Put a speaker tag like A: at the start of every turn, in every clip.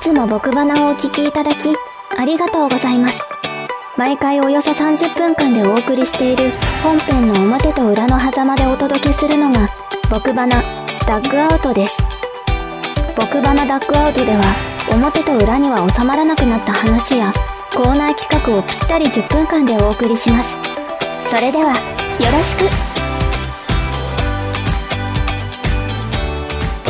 A: つも僕花をお聞きいただき、ありがとうございます。毎回およそ30分間でお送りしている本編の表と裏の狭間でお届けするのが、僕花、ダッグアウトです。僕花ダッグアウトでは、表と裏には収まらなくなった話や、コーナー企画をぴったり10分間でお送りします。それでは、よろしく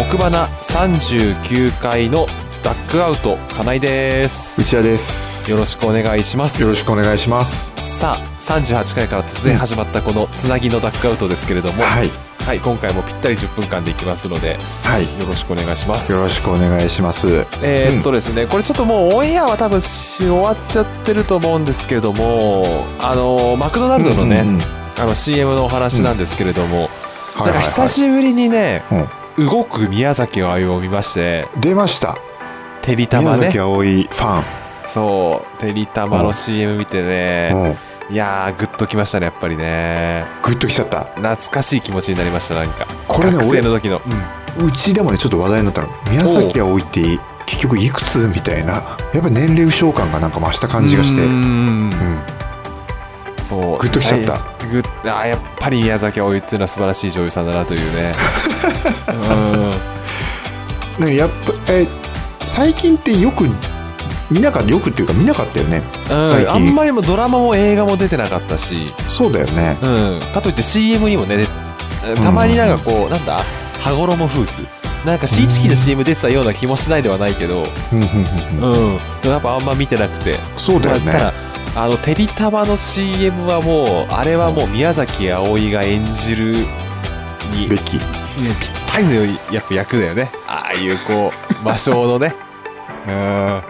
B: 奥花39回のダックアウト金井です
C: 内田です
B: よろしくお願いします
C: よろしくお願いします
B: さあ38回から突然始まったこのつなぎのダックアウトですけれども、
C: はい
B: はい、今回もぴったり10分間でいきますのでよ
C: はいよ
B: ろしくお願いします
C: ろしくお願いします
B: えーっとですね、これちょっともうオンエアは多分し終わっちゃってると思うんですけれどもあのマクドナルドのね、
C: うんうんうん
B: あの CM のお話なんですけれども、な
C: はい
B: ん
C: は
B: か
C: い
B: 久しぶりにね
C: はい
B: 動く宮崎駿を見まして
C: うん出ました
B: てりた
C: 宮
B: まね
C: 崎葵ファン
B: そう、てりたまの CM 見てね、
C: うん
B: いやー、ぐっときましたね、やっぱりね、
C: グッときちゃった
B: 懐かしい気持ちになりました、なんか、
C: これね
B: 学生の時の、うん
C: うちでもねちょっと話題になったの宮崎葵って結局いくつみたいなやっぱ年齢不詳感がなんか増した感じがして
B: う
C: うん
B: んそう、
C: ぐっときちゃった
B: はいぐっあーやっぱり宮崎葵っていうのは素晴らしい女優さんだなという ね、
C: ねやっぱえ最近ってよく見なかったよくっていうか見なかったよね
B: うんうん、
C: 最近
B: あんまりもドラマも映画も出てなかったし、
C: そうだよね
B: うん、かといって CM にもね、たまになんかこう、なんだ、羽衣フーズ、なんかシーチキンの CM 出てたような気もしないではないけど、
C: うんうんうんう
B: う
C: ん
B: ん、でもやっぱあんま見てなくて、
C: そうだよね
B: まあただあのてりたまの CM はもうあれはもう宮崎あおいが演じるに
C: べき
B: ぴったりのやっぱ役だよねああいうこう魔性のねうん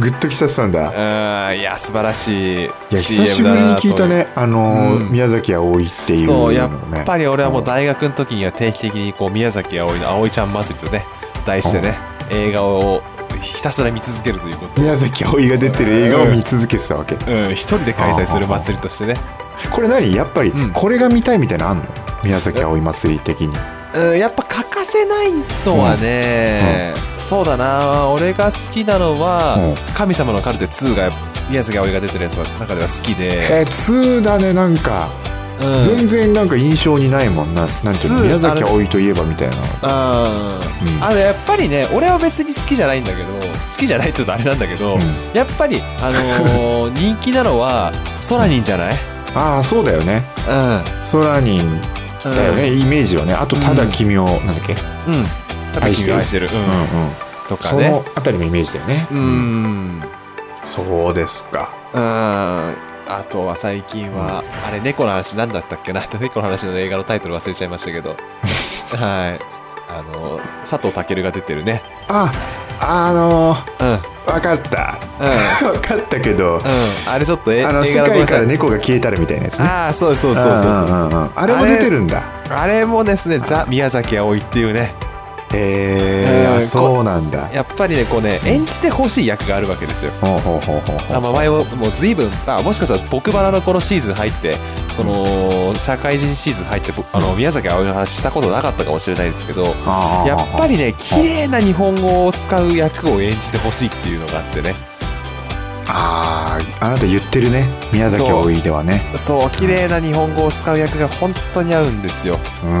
C: グッときちゃってたんだ
B: うんいや素晴らしい
C: いや久
B: CM
C: しぶ
B: だ
C: りに
B: なと
C: 聞いたねあのー、
B: うん
C: 宮崎あおいっていうの
B: そ
C: を
B: う
C: ね
B: やっぱり俺はもう大学の時には定期的にこう宮崎あおいの「あおいちゃん祭り」とね題してね映画をひたすら見続けるということを
C: 宮崎あおいが出てる映画を見続けてたわけ、
B: うん、一人で開催する祭りとしてね
C: これ何やっぱり
B: うん
C: これが見たいみたいなのあんの宮崎あおい祭り的に
B: うん、やっぱ欠かせないのはね、そうだな俺が好きなのは「
C: う
B: 神様のカルテ2」が宮崎葵が出てるやつの中では好きで、
C: えー、2だねなんか、
B: うん、
C: 全然なんか印象にないもんななんていうの
B: ツー
C: 宮崎あおいといえばみたいな
B: あ
C: うん
B: あのやっぱりね俺は別に好きじゃないんだけど好きじゃないって言うとあれなんだけど、
C: うん
B: やっぱり、あ のー人気なのはソラニンじゃない、
C: ああそうだよね
B: うんうん
C: ソラニンだよね、イメージはねあとただ君を、なんだっけ、うん
B: うん、ただ
C: 愛して
B: 君
C: る
B: を愛してる、うん
C: うん、
B: とか
C: そ
B: ね
C: のあたりのイメージだよね、
B: うん
C: そうですか
B: うんあとは最近は、あれ、猫の話何だったっけな 猫の話の映画のタイトル忘れちゃいましたけ ど。はい。あの、佐藤健が出てるね。
C: ああの
B: うん。うん。うん。
C: ー、分かった 分かったけど、
B: あれちょっとえ映
C: あ
B: 画
C: の
B: の
C: 世界から
B: ね。
C: 猫が消えたるみたいなやつね
B: ああ、そうそうそうそうそう
C: うんうんうんあれも出てるんだ
B: あれもですね、ザ・宮崎葵っていうね、
C: へえ
B: うん
C: あそうなんだ
B: やっぱりね、こうね、演じてほしい役があるわけですよ。
C: ほうほうほうほうほ
B: あまあ、前ももう随分あもしかしたら僕バラのこのシーズン入ってこの社会人シーズン入ってぼあの宮崎あおいの話したことなかったかもしれないですけど
C: う
B: やっぱ
C: り
B: りね綺麗な日本語を使う役を演じてほしいっていうのがあってね
C: あああなた言ってるね宮崎葵ではね
B: そう綺麗な日本語を使う役が本当に合うんですよ
C: うんうん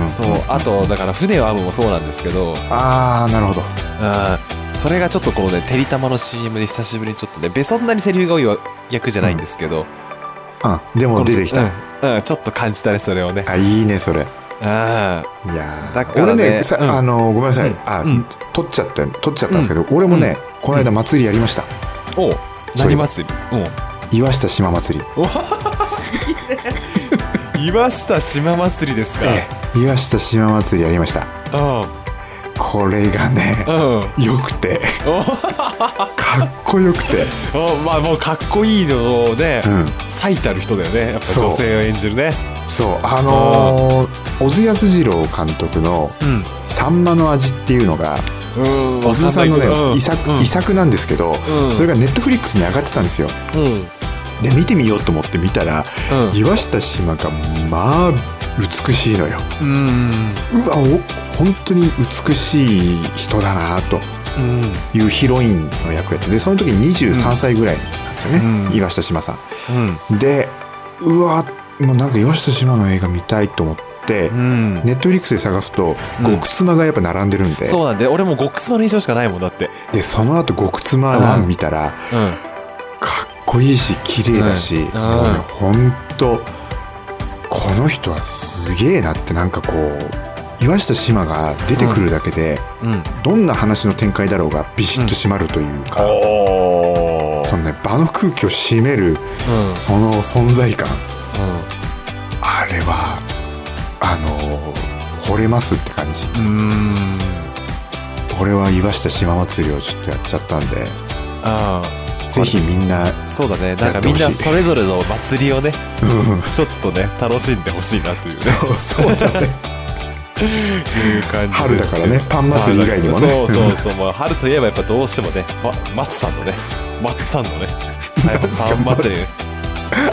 C: うんん
B: そうあとだから船を編むもそうなんですけど
C: ああなるほど
B: うんそれがちょっとこうねてりたまの CM で久しぶりにちょっとねべそんなにセリフが多い役じゃないんですけど、
C: あで
B: こ
C: も
B: の
C: 出てきた、
B: うんうん、ちょっと感じたねそれをね
C: あいいねそれ
B: うん
C: いやー
B: だからね
C: 俺ねさ、
B: うん
C: あのごめんなさい、
B: うん
C: あ
B: うん
C: 取っちゃった取っちゃったんですけど、俺もね、この間祭りやりました
B: おう
C: そう
B: 何
C: いう
B: 祭りおう
C: 岩下島祭り
B: 岩下島祭りですか
C: ええ岩下島祭りやりました
B: うん
C: これが ね
B: うん
C: よくて
B: お
C: かっこよくて、
B: おまあもうかっこいいのをね、
C: うん、
B: 最たる人だよねやっぱ女性を演じるね
C: そうあのー、小津安二郎監督の
B: うん
C: 「さんまの味」っていうのが
B: うん
C: 小津さんのね遺作,、
B: うん
C: 遺作なんですけど、
B: うん
C: それがネットフリックスに上がってたんですよ
B: うん
C: で見てみようと思って見たら
B: うん
C: 岩下島がまあ美しいのよ
B: うん
C: うわお本当に美しい人だなと
B: うん
C: いうヒロインの役やってでその時23歳ぐらいなんですよね、
B: うん
C: 岩下志麻さ
B: うん
C: んでうわもうなんか岩下志麻の映画見たいと思って、
B: うん
C: ネットフリックスで探すと
B: うん
C: 極妻がやっぱ並んでるんで、
B: そうなんで俺も極妻の印象しかないもんだって
C: でその後極妻1見たら、
B: うん
C: かっこいいし綺麗だし、
B: うん
C: もうねほんとこの人はすげえなってなんかこう岩下志麻が出てくるだけで、
B: うん
C: どんな話の展開だろうがビシッと締まるというか、
B: お
C: そのね場の空気を締める
B: うんうん
C: その存在感あれはあの惚れますって感じ
B: うん
C: 俺は岩下島祭りをちょっとやっちゃったんで
B: あ
C: ぜひみんな
B: あそうだねなんかみん
C: や
B: な
C: ってほしい
B: それぞれの祭りをね
C: うん
B: ちょっとね楽しんでほしいなというね
C: そうそうだね
B: いう感じです
C: 春だからねパン祭り以外にもね
B: そうそうそう、まあ、春といえばやっぱどうしてもね、ま、松さんのね松さんの ねやっぱパン祭りね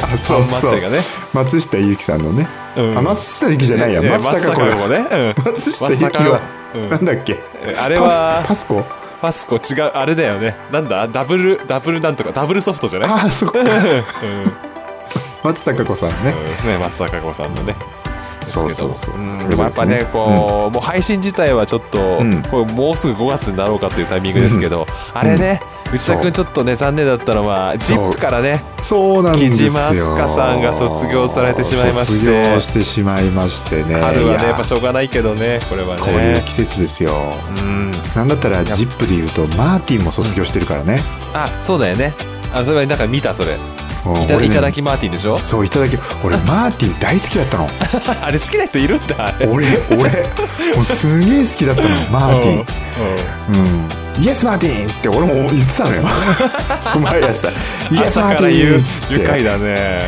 C: あ
B: パ
C: そう
B: ン
C: そ
B: 祭りが
C: う
B: ね
C: 松下由樹さんのね、
B: うん
C: あ松下由樹じゃないや
B: ねね
C: 松たか子
B: 松たか
C: が
B: ね、うん
C: 松下由樹は、
B: うん
C: なんだっけ
B: えあれは
C: パスパスコ
B: パスコ違うあれだよねなんだダブルダブルなんとかダブルソフトじゃない
C: ああそっか
B: うん、ね
C: そう松たか子さんね、
B: 松坂子さんのね
C: そうそう
B: です
C: そ
B: け
C: う
B: どんでもやっぱねこう、もう配信自体はちょっと、
C: うん
B: これもうすぐ5月になろうかというタイミングですけど、あれね、内田君ちょっとね残念だったのはジ
C: そう
B: ップからね
C: そうなんです
B: 木
C: よ
B: 島明日香さんが卒業されてしまいまして
C: 卒業してしまいましてね
B: 春はね
C: い
B: やっぱしょうがないけどねこれはね
C: こういう季節ですよ
B: うん
C: なんだったら
B: や
C: ZIP で言うとマーティンも卒業してるからね、
B: あそうだよねあそれはなんか見たそれ
C: うん
B: いた,、
C: 俺ね
B: いただきマーティンでしょ
C: そういただき俺マーティン大好きだったの
B: あれ好きな人いるんだあれ
C: 俺俺もうすげえ好き だったのマーティンうんイエスマーティンって俺も言ってた のよ毎朝イエス
B: 朝
C: マー
B: か
C: テ
B: ら言
C: ィ
B: う
C: ンっつって
B: 愉快だね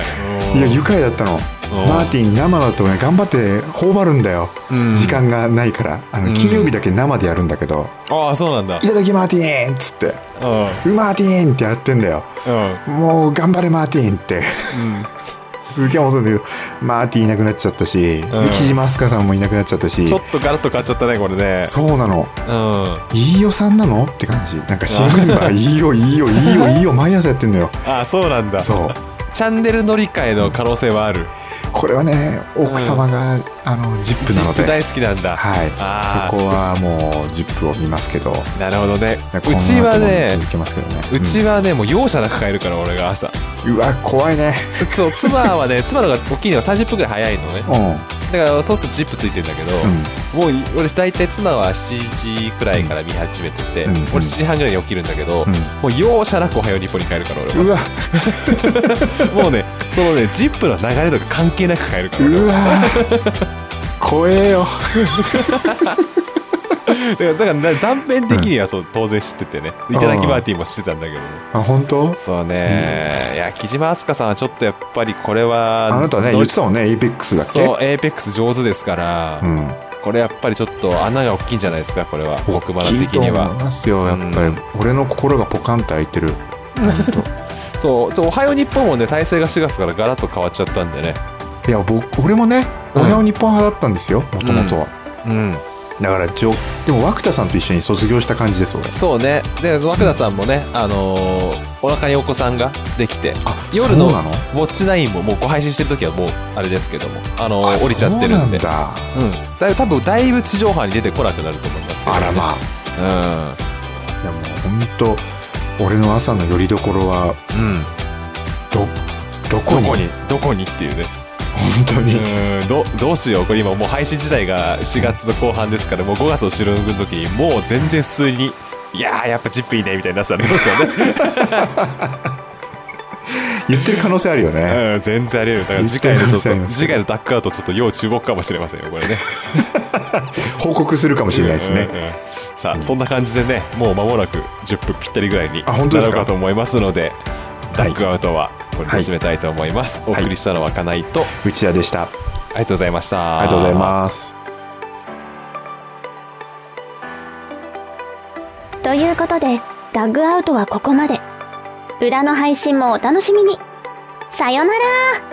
B: うん
C: いや愉快だったの
B: うん
C: マーティン生だとね頑張って頬張るんだよ、
B: うん
C: 時間がないからあの
B: ん
C: 金曜日だけ生でやるんだけど
B: ああそうなんだ
C: 「いただきマーティン!」っつって
B: うん
C: 「うマーティン!」ってやってんだよ
B: うん
C: もう頑張れマーティンって すげえ面白いんだけどマーティンいなくなっちゃったし、
B: うん
C: 木島明日香さんもいなくなっちゃったし
B: ちょっとガラッと変わっちゃったねこれね
C: そうなの
B: うん
C: いいよさんなのって感じなんか新メンバーいいよいいよいいよいいよ毎朝やってんのよ
B: ああそうなんだ
C: そう
B: チャンネル乗り換えの可能性はある
C: これはね奥様が、あのジップ
B: ジ
C: なの
B: ップ
C: で
B: 大好きなんだ
C: はい
B: あー
C: そこはもうジップを見ますけどう
B: なるほどねうちはね
C: 続けますけどね
B: うちはねもう容赦なく帰るから俺が朝
C: うんうわ怖いね
B: そう妻はね妻のが大きいのが30分ぐらい早いのね
C: うん
B: だからそうするとジップついてんだけど、
C: う
B: もうい俺大体妻は7時くらいから見始めてて、
C: うん
B: 俺7時半ぐらいに起きるんだけど、
C: ん
B: もう容赦なく「おはよう日本」に帰るから俺
C: う
B: は
C: わ
B: もうねそのねジップの流れとか関係なく帰るから俺
C: う
B: は
C: わ 怖えよ
B: だからだからな断片的にはそう当然知っててね「いただきマーティー」も知ってたんだけども
C: あ本当
B: そうね、いや木島明日香さんはちょっとやっぱりこれは
C: あなたね言ってたもんねエイペックスだっけ
B: そうエーペックス上手ですから、
C: うん
B: これやっぱりちょっと穴が大きいんじゃないですかこれは
C: 大
B: 奥花
C: きい
B: 的
C: と
B: に
C: 思い
B: は
C: ますよやっぱり、
B: うん
C: 俺の心がポカンと開いてる
B: そうちょおはよう日本もね体制が4月からガラッと変わっちゃったんでね
C: いや僕俺もね「お
B: うん
C: はよう日本派だったんですよもともとは、
B: うん
C: だからじょでも涌田さんと一緒に卒業した感じです俺
B: そうねで涌田さんもね、あのーお腹にお子さんができて
C: あ
B: 夜の
C: そうなの
B: ウォッチナインももうご配信してる時はもうあれですけども、あのー
C: あ
B: 降りちゃってるんで
C: そうなんだ
B: うん、だいぶ多分だいぶ地上波に出てこなくなると思いますけど、ね、
C: あらまあ
B: あ
C: いやもう本当俺の朝のよりどころは
B: うん、うん、
C: どどこ
B: ど
C: に
B: こにどこにっていうね
C: 本当に、
B: うんどどうしようこれ今もう配信自体が4月の後半ですからもう5月の収録の時にもう全然普通にいやーやっぱジップいいねみたいになってたらどうしようね、
C: 言ってる可能性あるよね、
B: うん、全然あり得るだから次回のちょっ
C: 絶対ありま
B: と
C: す
B: 次回のダックアウトちょっと要注目かもしれませんよこれね
C: 報告するかもしれないですね、
B: うんうんうんさあそんな感じでねもう間もなく10分ぴったりぐらいにな
C: あ
B: ろ
C: 本当です
B: う
C: か
B: かと思いますのでダ
C: い
B: ックアウトはこれで締めたいと思います、
C: い
B: お送りしたのはかないと、
C: 内田でした
B: ありがとうございました
C: ありがとうございます
A: ということで、ダッグアウトはここまで。裏の配信もお楽しみに。さよなら